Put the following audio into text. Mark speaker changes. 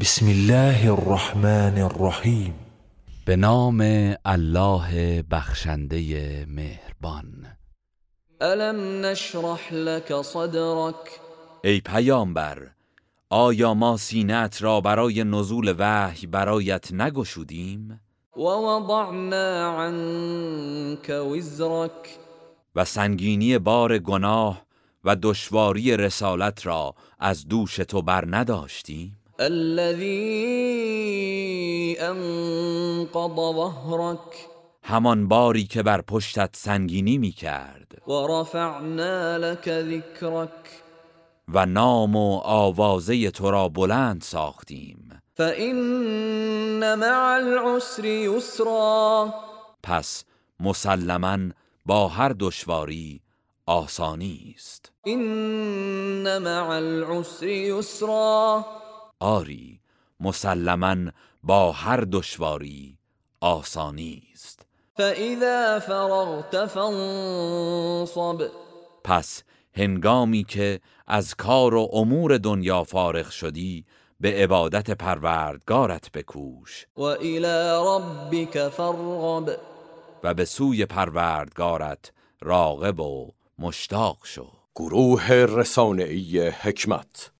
Speaker 1: بسم الله الرحمن الرحیم
Speaker 2: به نام الله بخشنده مهربان
Speaker 3: ألم نشرح لك صدرك
Speaker 4: ای پیامبر آیا ما سینت را برای نزول وحی برایت نگشودیم
Speaker 3: ووضعنا عنك وزرك
Speaker 4: و سنگینی بار گناه و دشواری رسالت را از دوش تو بر نداشتیم
Speaker 3: الذي أنقض ظهرك
Speaker 4: همان باری که بر پشتت سنگینی می کرد
Speaker 3: ورفعنا لك ذكرك
Speaker 4: و نام و آوازه تو را بلند ساختیم
Speaker 3: فإن مع العسر يسرا
Speaker 4: پس مسلما با هر دشواری آسانی است
Speaker 3: إن مع العسر يسرا
Speaker 4: آری مسلما با هر دشواری آسانی است
Speaker 3: فإذا فرغت فانصب
Speaker 4: پس هنگامی که از کار و امور دنیا فارغ شدی به عبادت پروردگارت بکوش
Speaker 3: وإلى ربك فارغب
Speaker 4: و به سوی پروردگارت راغب و مشتاق شو
Speaker 5: گروه رسانه‌ای حکمت